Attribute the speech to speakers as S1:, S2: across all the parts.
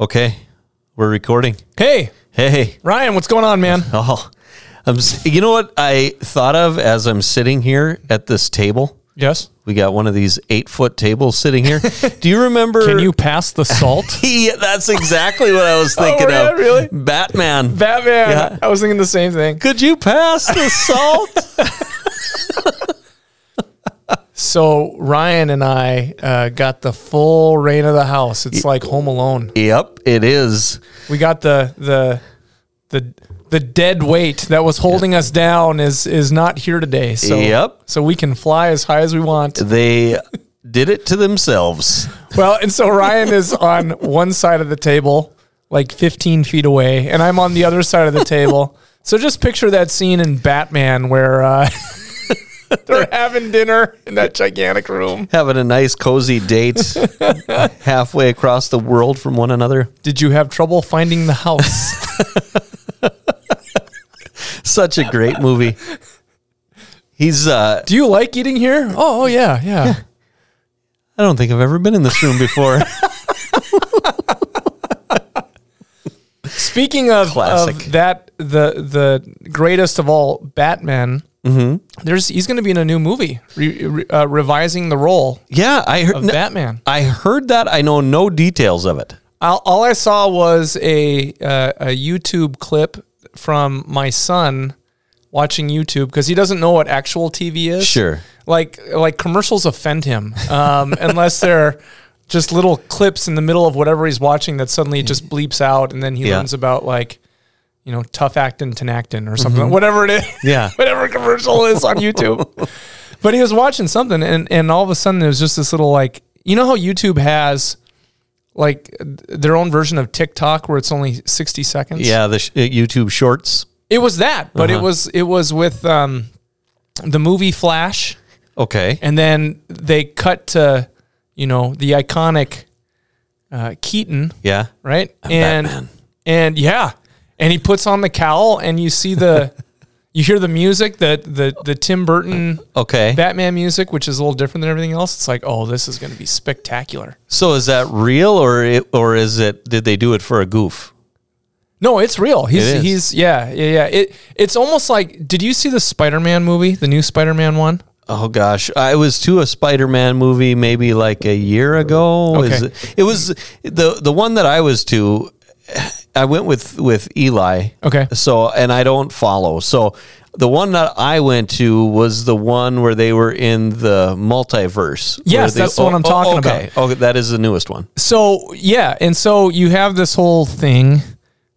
S1: Okay, we're recording.
S2: Hey,
S1: Hey,
S2: Ryan, what's going on, man?
S1: oh, I'm. s- You know what I thought of as I'm sitting here at this table?
S2: Yes.
S1: We got one of these eight foot tables sitting here. Do you remember?
S2: Can you pass the salt?
S1: Yeah, that's exactly what I was thinking
S2: yeah,
S1: of.
S2: really?
S1: Batman.
S2: Batman.
S1: Yeah.
S2: I was thinking the same thing.
S1: Could you pass the salt?
S2: So Ryan and I uh, got the full reign of the house. It's like Home Alone.
S1: yep, it is.
S2: We got the the the the dead weight that was holding us down is is not here today. So
S1: Yep.
S2: So we can fly as high as we want.
S1: They did it to themselves.
S2: Well, and so Ryan is on one side of the table, like 15 feet away, and I'm on the other side of the table. So just picture that scene in Batman where uh, they're having dinner in that gigantic room.
S1: Having a nice cozy date halfway across the world from one another.
S2: Did you have trouble finding the house?
S1: Such a great movie. He's uh
S2: Do you like eating here? Oh, oh, yeah, yeah.
S1: I don't think I've ever been in this room before.
S2: Speaking of,
S1: Classic.
S2: of that, the the greatest of all Batman. There's he's going to be in a new movie, re, re, uh, revising the role
S1: yeah, I heard
S2: of
S1: no,
S2: Batman.
S1: I heard that. I know no details of it.
S2: all, all I saw was a uh, a YouTube clip from my son watching YouTube because he doesn't know what actual TV is.
S1: Sure.
S2: like like commercials offend him um, unless they're just little clips in the middle of whatever he's watching that suddenly just bleeps out, and then he
S1: Mm-hmm. Yeah.
S2: learns about like you know tough actin tenactin or something, whatever it is
S1: Mm-hmm. Yeah.
S2: whatever commercial is on YouTube. but he was watching something, and and all of a sudden there was just this little like, you know how YouTube has like their own version of TikTok where it's only sixty seconds.
S1: Yeah, the sh- uh, YouTube shorts.
S2: it was that, but it was it was with um, the movie Flash,
S1: Okay.
S2: and then they cut to you know the iconic uh, Keaton
S1: Yeah.
S2: right? and and yeah, and he puts on the cowl, and you see the, you hear the music that the the Tim Burton
S1: Okay.
S2: Batman music, which is a little different than everything else. It's like, oh, this is going to be spectacular.
S1: So is that real or it, or is it did they do it for a goof?
S2: No, it's real. He's
S1: It is.
S2: he's yeah yeah yeah. It it's almost like. Did you see the Spider Man movie, the new Spider Man one?
S1: Oh gosh, I was to a Spider-Man movie maybe like a year ago. Is
S2: Okay.
S1: it, it was the the one that I was to. I went with with Eli.
S2: Okay.
S1: So and I don't follow. So the one that I went to was the one where they were in the multiverse.
S2: Yes,
S1: Where they-
S2: that's the one I'm talking about.
S1: okay. Okay, that is the newest one.
S2: So yeah, and so you have this whole thing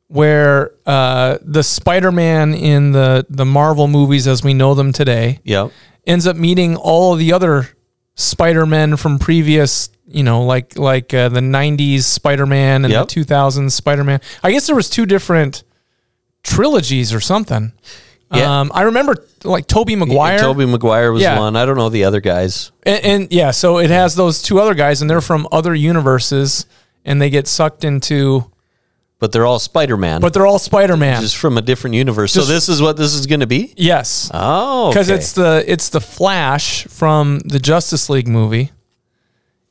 S2: where uh, the Spider-Man in the the Marvel movies as we know them today
S1: Yep.
S2: ends up meeting all of the other Spider-Men from previous, you know, like like uh, the 90s Spider-Man and
S1: Yep.
S2: the 2000s Spider-Man. I guess there was two different trilogies or something.
S1: Yeah.
S2: Um, I remember like Toby Maguire
S1: Toby Maguire was
S2: Yeah.
S1: one. I don't know the other guys.
S2: and, and yeah, so it has those two other guys and they're from other universes and they get sucked into
S1: But they're all Spider-Man.
S2: but they're all Spider-Man.
S1: just from a different universe. so
S2: Just-
S1: this is what this is going to be?
S2: yes.
S1: Oh.
S2: because
S1: okay.
S2: it's the it's the Flash from the Justice League movie,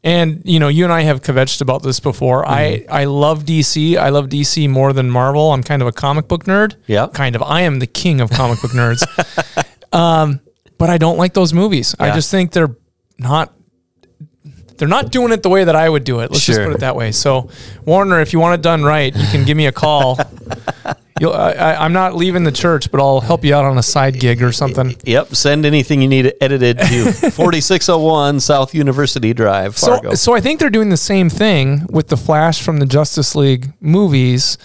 S2: and you know you and I have kvetched about this before.
S1: Mm-hmm.
S2: I I love DC. I love DC more than Marvel. I'm kind of a comic book nerd.
S1: Yeah.
S2: kind of. I am the king of comic book nerds. Um, but I don't like those movies. I
S1: Yeah.
S2: just think they're not. They're not doing it the way that I would do it. Let's
S1: Sure.
S2: just put it that way. So, Warner, if you want it done right, you can give me a call. You'll, I, I, I'm not leaving the church, but I'll help you out on a side gig or something.
S1: Yep. Send anything you need edited to 4601 South University Drive, Fargo.
S2: So, so I think they're doing the same thing with the Flash from the Justice League movies,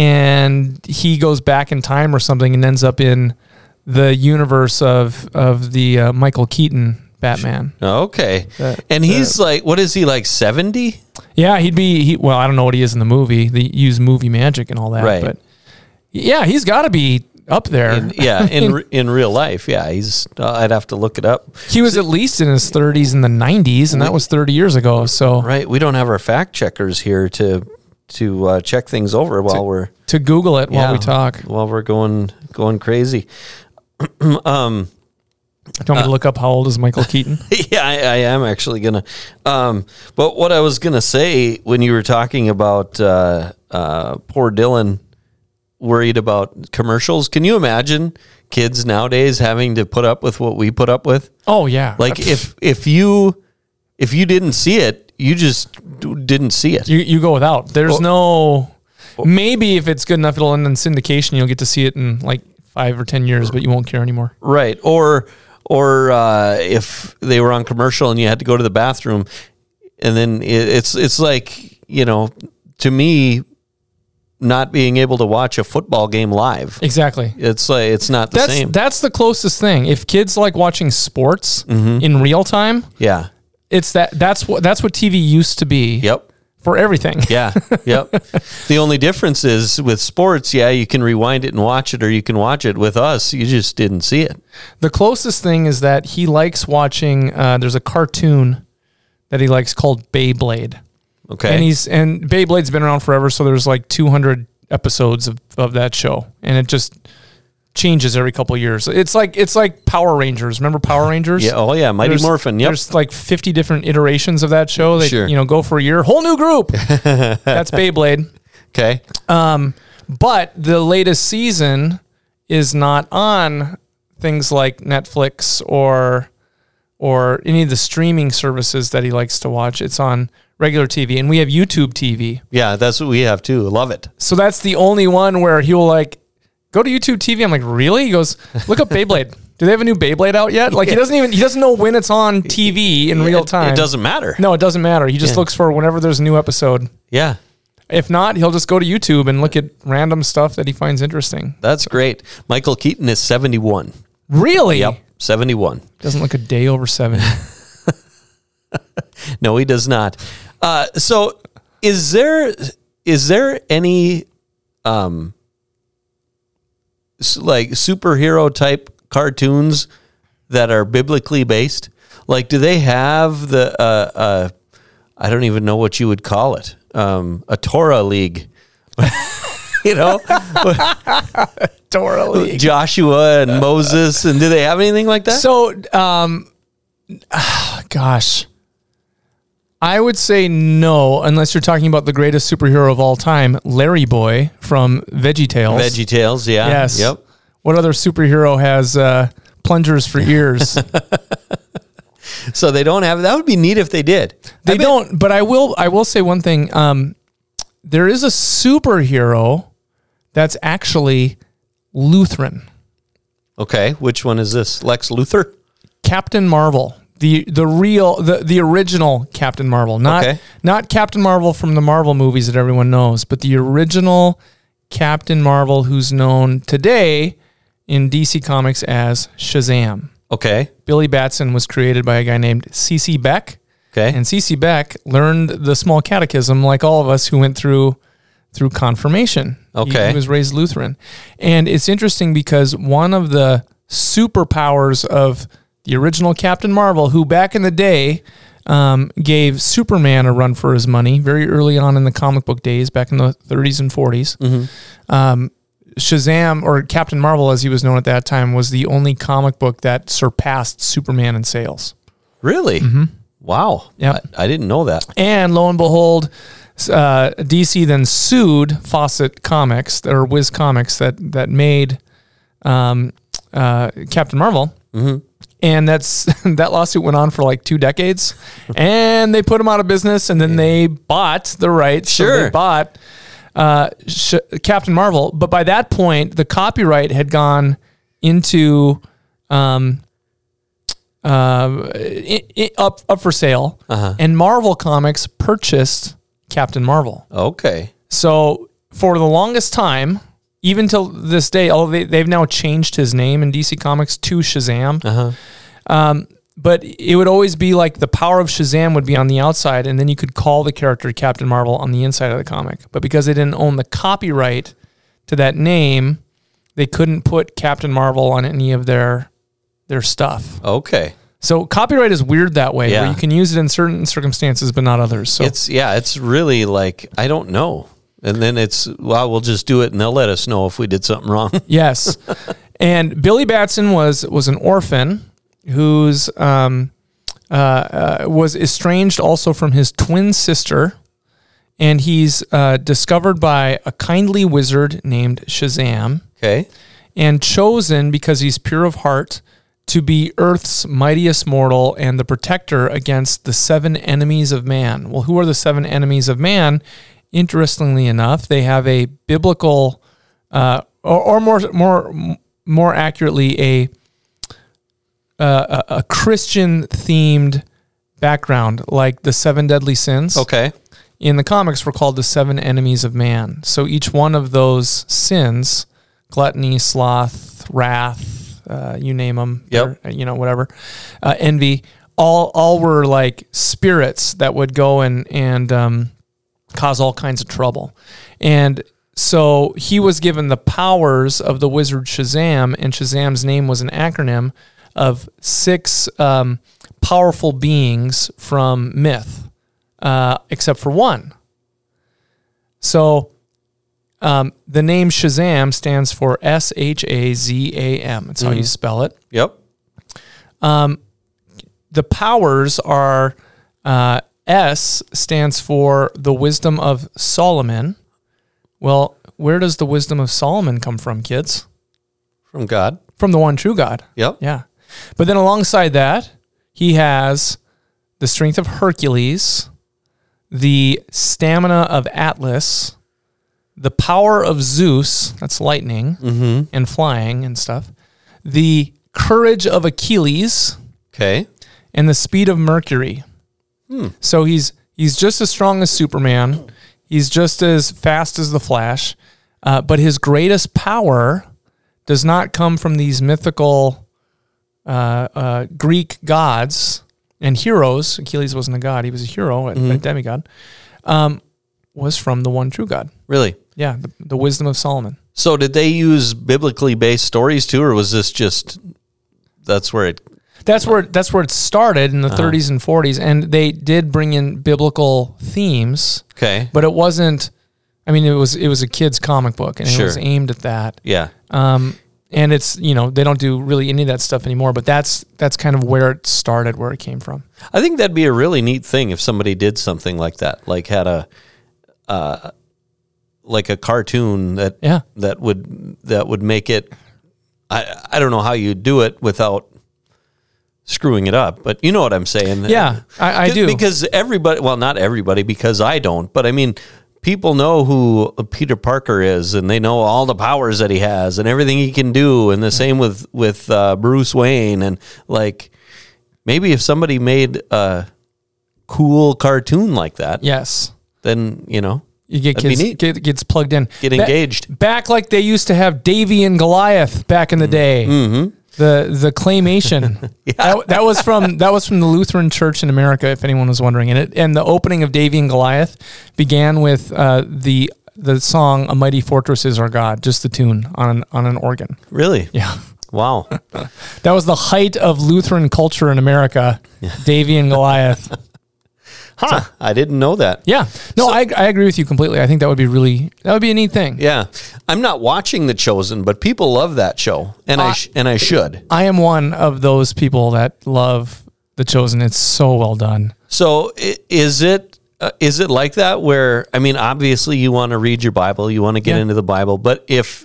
S2: and he goes back in time or something and ends up in the universe of of the uh, Michael Keaton Batman.
S1: okay. and he's like, what is he like, 70?
S2: Yeah, he'd be. He, well, I don't know what he is in the movie. They use movie magic and all that,
S1: Right.
S2: but yeah, he's got to be up there.
S1: In, yeah. In, re- in real life. Yeah. He's, uh, I'd have to look it up.
S2: he was at least in his 30s in the 90s, and that was 30 years ago. So
S1: Right. We don't have our fact checkers here to, to uh, check things over while we're,
S2: to Google it while
S1: yeah,
S2: we talk.
S1: while we're going, going crazy. um,
S2: Do you want me to look up how old is Michael Keaton?
S1: yeah, I, I am actually gonna. Um, but what I was gonna say when you were talking about uh, uh, poor Dylan worried about commercials, can you imagine kids nowadays having to put up with what we put up with?
S2: Oh yeah,
S1: Like if if you if you didn't see it, you just d- didn't see it.
S2: you you go without. There's no maybe if it's good enough, it'll end in syndication. You'll get to see it in like five or ten years, but you won't care anymore.
S1: Right. Or or uh, if they were on commercial and you had to go to the bathroom, and then it, it's it's like you know, to me, not being able to watch a football game live,
S2: Exactly.
S1: it's like it's not the
S2: That's
S1: same.
S2: that's the closest thing. If kids like watching sports
S1: Mm-hmm.
S2: in real time,
S1: yeah.
S2: it's that that's what that's what TV used to be
S1: Yep.
S2: for everything.
S1: Yeah. Yep. the only difference is with sports, yeah, you can rewind it and watch it, or you can watch it with us. You just didn't see it.
S2: The closest thing is that he likes watching. Uh, there's a cartoon that he likes called Beyblade,
S1: Okay.
S2: and he's and Beyblade's been around forever. So there's like 200 episodes of, of that show, and it just changes every couple of years. It's like it's like Power Rangers. Remember Power Rangers?
S1: yeah. Oh yeah. Mighty
S2: There's-
S1: Morphin. Yep.
S2: There's like 50 different iterations of that show. They
S1: Sure.
S2: you know go for a year, whole new group. That's Beyblade.
S1: Okay.
S2: But the latest season is not on things like Netflix or or any of the streaming services that he likes to watch. It's on regular TV and we have YouTube TV.
S1: Yeah, that's what we have too. Love it.
S2: So that's the only one where he will like go to YouTube TV. I'm like, "Really?" He goes, "Look up Beyblade. Do they have a new Beyblade out yet?" Like he doesn't even he doesn't know when it's on TV in real
S1: It-
S2: time.
S1: It doesn't matter.
S2: No, it doesn't matter. He just looks for whenever there's a new episode.
S1: Yeah.
S2: If not, he'll just go to YouTube and look at random stuff that he finds interesting.
S1: That's great. Michael Keaton is 71.
S2: Really?
S1: 71.
S2: Doesn't look a day over seven.
S1: No, he does not. Uh, so is there is there any um s- like superhero type cartoons that are biblically based? Like do they have the uh, uh I don't even know what you would call it. Um a Torah league. you know,
S2: Dorally.
S1: Joshua and Moses and do they have anything like that?
S2: So, um, gosh, I would say no, unless you're talking about the greatest superhero of all time, Larry Boy from VeggieTales.
S1: Veggie Tales, yeah.
S2: Yes.
S1: Yep.
S2: What other superhero has uh, plungers for ears?
S1: So they don't have. That would be neat if they did.
S2: They don't. But I will. I will say one thing. Um, there is a superhero that's actually Lutheran.
S1: Okay, which one is this? Lex Luthor.
S2: Captain Marvel, the the real the the original Captain Marvel, not
S1: Okay.
S2: not Captain Marvel from the Marvel movies that everyone knows, but the original Captain Marvel, who's known today in DC Comics as Shazam.
S1: Okay,
S2: Billy Batson was created by a guy named C.C. Beck,
S1: okay,
S2: and C.C. Beck learned the small catechism like all of us who went through through confirmation. He-
S1: Okay.
S2: He, was raised Lutheran. And it's interesting because one of the superpowers of the original Captain Marvel, who back in the day um, gave Superman a run for his money very early on in the comic book days, back in the 30s and 40s.
S1: Mm-hmm.
S2: Um, Shazam, or Captain Marvel as he was known at that time, was the only comic book that surpassed Superman in sales.
S1: really? Wow.
S2: Mm-hmm. Yep.
S1: I, I didn't know that.
S2: And lo and behold, uh, DC then sued Fawcett Comics or Wiz Comics that that made um, uh, Captain Marvel. And that's that lawsuit went on for like two decades, and they put them out of business, and then they bought the rights. So they
S1: Sure.
S2: bought uh, sh- Captain Marvel, but by that point, the copyright had gone into um, uh, i i up up for sale, and Marvel Comics purchased Captain Marvel.
S1: Okay,
S2: So for the longest time, even till this day, although they, they've now changed his name in DC Comics to Shazam. Um, but it would always be like the power of Shazam would be on the outside, and then you could call the character Captain Marvel on the inside of the comic. But because they didn't own the copyright to that name, they couldn't put Captain Marvel on any of their their stuff.
S1: okay.
S2: So copyright is weird that way,
S1: Yeah.
S2: where you can use it in certain circumstances but not others. So
S1: It's yeah. It's really like I don't know. And then it's well, we'll just do it, and they'll let us know if we did something wrong.
S2: Yes. and Billy Batson was was an orphan who's um, uh, uh, was estranged also from his twin sister, and he's uh, discovered by a kindly wizard named Shazam,
S1: Okay.
S2: and chosen because he's pure of heart to be Earth's mightiest mortal and the protector against the seven enemies of man. Well, who are the seven enemies of man? Interestingly enough, they have a biblical, uh, or, or more more more accurately, a uh, a, a Christian themed background, like the seven deadly sins
S1: Okay.
S2: in the comics were called the seven enemies of man. So each one of those sins, gluttony, sloth, wrath, uh, you name them,
S1: Yep.
S2: you know, whatever, uh, envy, all, all were like spirits that would go and, and, um, cause all kinds of trouble. And so he was given the powers of the wizard Shazam, and Shazam's name was an acronym of six um, powerful beings from myth, uh, except for one. So um, the name Shazam stands for S H A Z A M. That's how you spell it
S1: Yep.
S2: the powers are uh, S stands for the wisdom of Solomon. Well, where does the wisdom of Solomon come from, kids?
S1: From God.
S2: From the one true God.
S1: Yep.
S2: Yeah. But then alongside that, he has the strength of Hercules, the stamina of Atlas, the power of Zeus, that's lightning and flying and stuff, the courage of Achilles,
S1: Okay.
S2: and the speed of Mercury. So he's he's just as strong as Superman. He's just as fast as the Flash, uh, but his greatest power does not come from these mythical uh, uh, Greek gods and heroes. Achilles wasn't a god; he was a hero, a, a demigod. Um, was from the one true God.
S1: Really?
S2: Yeah, the, the wisdom of Solomon.
S1: So did they use biblically based stories too, or was this just that's where it
S2: That's where that's where it started in the 30s and 40s, and they did bring in biblical themes.
S1: Okay.
S2: but it wasn't i mean it was it was a kid's comic book and it
S1: Sure.
S2: was aimed at that
S1: Yeah.
S2: um and it's you know they don't do really any of that stuff anymore but that's that's kind of where it started where it came from
S1: I think that'd be a really neat thing if somebody did something like that, like had a, uh, like a cartoon that
S2: Yeah.
S1: that would that would make it. I I don't know how you do it without screwing it up, but you know what I'm saying.
S2: Yeah, I- I
S1: Just
S2: do.
S1: because everybody. Well, not everybody, because I don't. But I mean. People know who Peter Parker is, and they know all the powers that he has, and everything he can do,
S2: Mm.
S1: and the same with with uh, Bruce Wayne, and like, maybe if somebody made a cool cartoon like that,
S2: yes
S1: then you know,
S2: you get
S1: That'd be
S2: kids
S1: neat.
S2: get, gets plugged in
S1: get
S2: Ba-
S1: engaged.
S2: back like they used to have davy and goliath back in the day mm-hmm. the the claymation that, that was from that was from the lutheran church in america if anyone was wondering and it and the opening of davy and goliath began with uh, the the song "A Mighty Fortress Is Our God," just the tune on an, on an organ.
S1: Really?
S2: Yeah,
S1: Wow.
S2: that was the height of Lutheran culture in America. Davy and Goliath.
S1: huh? I didn't know that.
S2: Yeah, no, I, I agree with you completely. I think that would be really that would be a neat thing.
S1: Yeah, I'm not watching The Chosen, but people love that show, and I,
S2: I-
S1: sh- and I should.
S2: I am one of those people that love The Chosen. It's so well done.
S1: So i- is it uh, is it like that? Where I mean, obviously, you want to read your Bible, you want to get
S2: Yeah.
S1: into the Bible, but if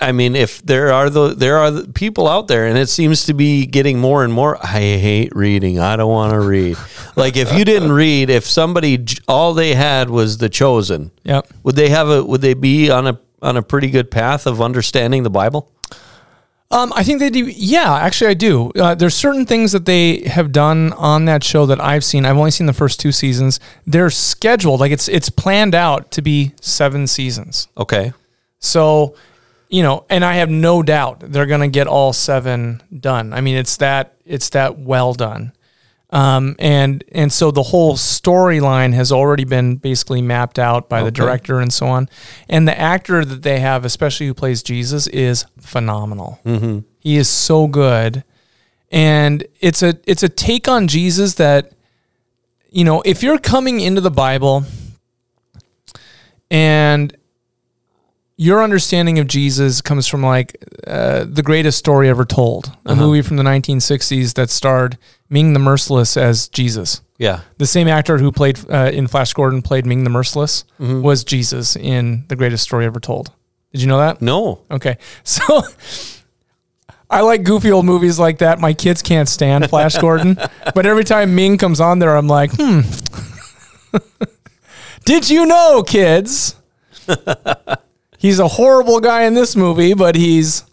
S1: I mean, if there are the there are the people out there, and it seems to be getting more and more. I hate reading. I don't want to read. like if you didn't read, if somebody j- all they had was the chosen,
S2: Yep.
S1: would they have a would they be on a on a pretty good path of understanding the Bible?
S2: Um, I think they do. Yeah, actually, I do. Uh, there's certain things that they have done on that show that I've seen. I've only seen the first two seasons. They're scheduled like it's it's planned out to be seven seasons.
S1: Okay,
S2: So, you know, and I have no doubt they're going to get all seven done. I mean, it's that it's that well done. Um, and and so the whole storyline has already been basically mapped out by the director and so on, and the actor that they have, especially who plays Jesus, is phenomenal. Mm-hmm. He is so good, and it's a it's a take on Jesus that, you know, if you're coming into the Bible and your understanding of Jesus comes from like uh, the greatest story ever told, a movie from the 1960s that starred Ming the Merciless as Jesus.
S1: Yeah.
S2: The same actor who played uh, in Flash Gordon played Ming the Merciless was Jesus in the greatest story ever told. Did you know that?
S1: No.
S2: Okay. So I like goofy old movies like that. My kids can't stand Flash Gordon. But every time Ming comes on there, I'm like, hmm. Did you know, kids? he's a horrible guy in this movie, but he's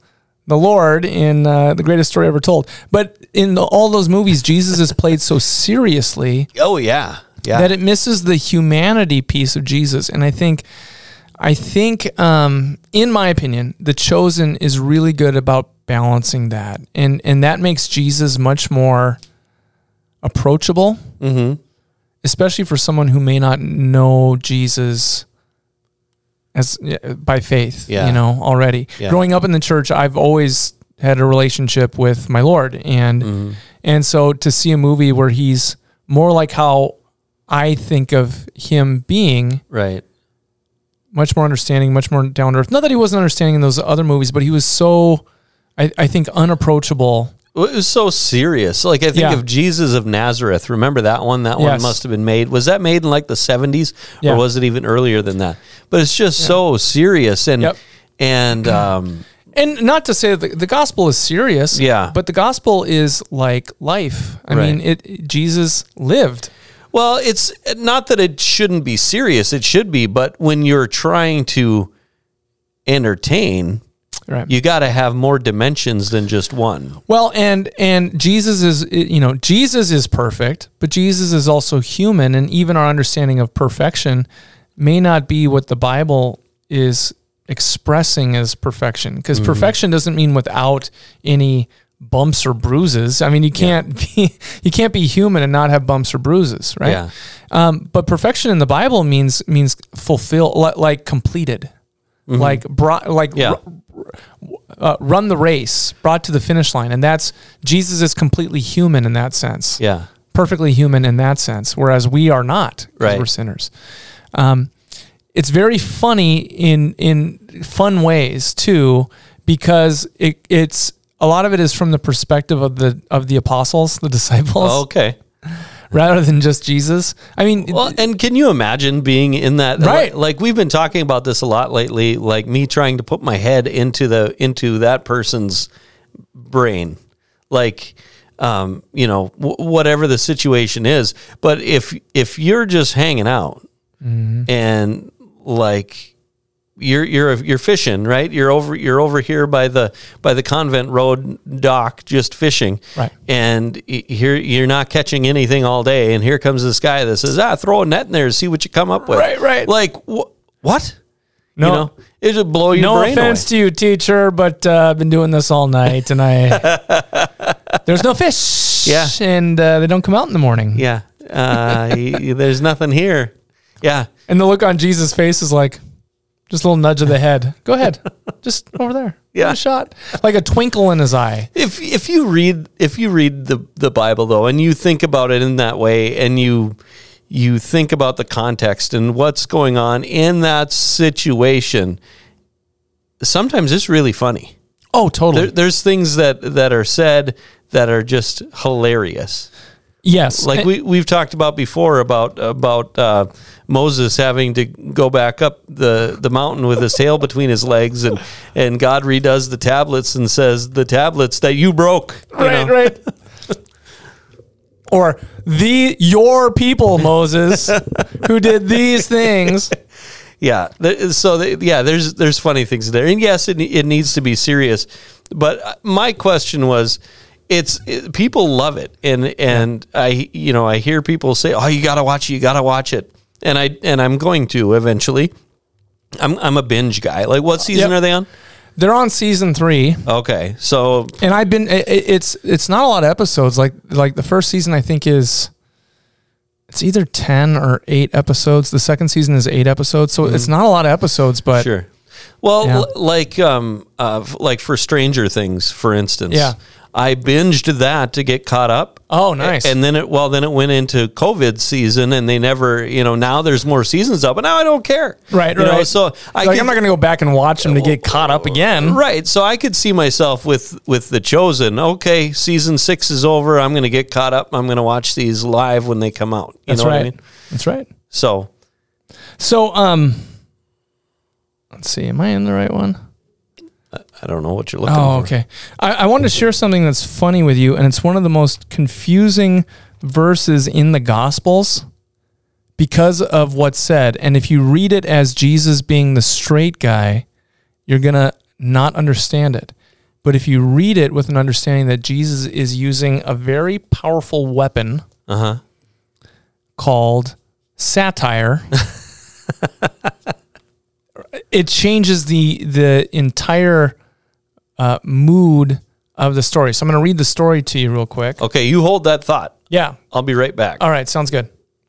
S2: the Lord in uh, The Greatest Story Ever Told. But in the, all those movies, Jesus is played so seriously
S1: Oh yeah. Yeah.
S2: that it misses the humanity piece of Jesus. And I think, I think, um, in my opinion, the chosen is really good about balancing that, and and that makes Jesus much more approachable, mm-hmm. especially for someone who may not know Jesus as yeah, by faith.
S1: Yeah.
S2: You know, already
S1: Yeah.
S2: growing up in the church, I've always had a relationship with my Lord, and
S1: Mm-hmm.
S2: and so to see a movie where he's more like how I think of him being
S1: right.
S2: much more understanding, much more down to earth. Not that he wasn't understanding in those other movies, but he was so, I, I think, unapproachable.
S1: Well, It was so serious. Like I think
S2: Yeah.
S1: of Jesus of Nazareth. Remember that one? That one
S2: Yes.
S1: must have been made. Was that made in like the seventies,
S2: Yeah.
S1: or was it even earlier than that? But it's just so serious and
S2: Yep.
S1: and um,
S2: And not to say that the, the gospel is serious,
S1: Yeah.
S2: but the gospel is like life. I
S1: Right.
S2: mean, it, Jesus lived.
S1: well, it's not that it shouldn't be serious. It should be, but when you're trying to entertain,
S2: Right.
S1: you got to have more dimensions than just one.
S2: Well, and and Jesus is you know Jesus is perfect, but Jesus is also human, and even our understanding of perfection may not be what the Bible is expressing as perfection, because
S1: Mm.
S2: perfection doesn't mean without any bumps or bruises. I mean, you can't be you can't be human and not have bumps or bruises, right?
S1: Yeah.
S2: Um, but perfection in the Bible means means fulfill li- like completed, like brought like
S1: Mm-hmm. Yeah.
S2: uh, run the race, brought to the finish line, and that's Jesus is completely human in that sense,
S1: Yeah.
S2: perfectly human in that sense, whereas we are not, 'cause
S1: Right.
S2: We're sinners. Um, it's very funny in in fun ways too, because it it's a lot of it is from the perspective of the of the apostles, the disciples,
S1: Oh, Okay.
S2: rather than just Jesus. I mean,
S1: Well, and can you imagine being in that?
S2: Right.
S1: Like, we've been talking about this a lot lately. Like me trying to put my head into the into that person's brain, like, um, you know, w- whatever the situation is. But if if you're just hanging out and like you're you're you're fishing, right? You're over you're over here by the by the convent road dock, just fishing,
S2: Right.
S1: And y- here you're not catching anything all day, and here comes this guy that says, "Ah, throw a net in there, and see what you come up with."
S2: Right, right.
S1: Like wh- what?
S2: no,
S1: You know, it would blow your
S2: no
S1: brain
S2: offense to you, teacher, but uh, I've been doing this all night, and I there's no fish.
S1: Yeah.
S2: and uh, they don't come out in the morning.
S1: away. Yeah, uh, y- y- there's nothing here. Yeah,
S2: And the look on Jesus' face is like just a little nudge of the head. Go ahead, just over there. Give it
S1: Yeah.
S2: a shot. Like a twinkle in his eye.
S1: if if you read if you read the the Bible though, and you think about it in that way, and you you think about the context and what's going on in that situation, sometimes it's really funny.
S2: Oh, totally.
S1: There, there's things that that are said that are just hilarious.
S2: yes,
S1: Like we we've talked about before about about uh, Moses having to go back up the, the mountain with his tail between his legs, and and God redoes the tablets and says the tablets that you broke. you
S2: right,
S1: know?
S2: right. Or the your people, Moses, who did these things.
S1: Yeah. There- So th- yeah, there's there's funny things there, and yes, it it needs to be serious. But uh, my question was, it's it, people love it, and and I you know I hear people say, oh, you gotta watch it, you gotta watch it, and I and I'm going to eventually. I'm I'm a binge guy. Like, what season
S2: Yep.
S1: are they on?
S2: They're on season three.
S1: Okay, so
S2: and I've been it, it- it's it's not a lot of episodes like like the first season I think is it's either 10 or 8 episodes the second season is 8 episodes so it's not a lot of episodes but
S1: Mm-hmm. Sure. Well,
S2: Yeah.
S1: l- like um, uh, f- like for Stranger Things, for instance.
S2: Yeah.
S1: I binged that to get caught up
S2: Oh, nice.
S1: And then it well, then it went into COVID season, and they never, you know, now there's more seasons up, but now I don't care,
S2: right,
S1: You
S2: right.
S1: know, so I
S2: like,
S1: give-
S2: I'm not going to go back and watch them to get caught up again.
S1: right. So I could see myself with with the chosen. Okay, season six is over. I'm going to get caught up. I'm going to watch these live when they come out. You
S2: That's
S1: know
S2: right.
S1: what I mean?
S2: That's right.
S1: So
S2: So, um, let's see. Am I in the right one?
S1: I don't know what you're looking
S2: Oh,
S1: for.
S2: okay. I, I wanted to share something that's funny with you, and it's one of the most confusing verses in the Gospels because of what's said. And if you read it as Jesus being the straight guy, you're going to not understand it. But if you read it with an understanding that Jesus is using a very powerful weapon
S1: Uh huh.
S2: called satire. it changes the the entire uh, mood of the story. So I'm going to read the story to you real quick.
S1: Okay, you hold that thought.
S2: Yeah.
S1: I'll be right back.
S2: All right. Sounds good.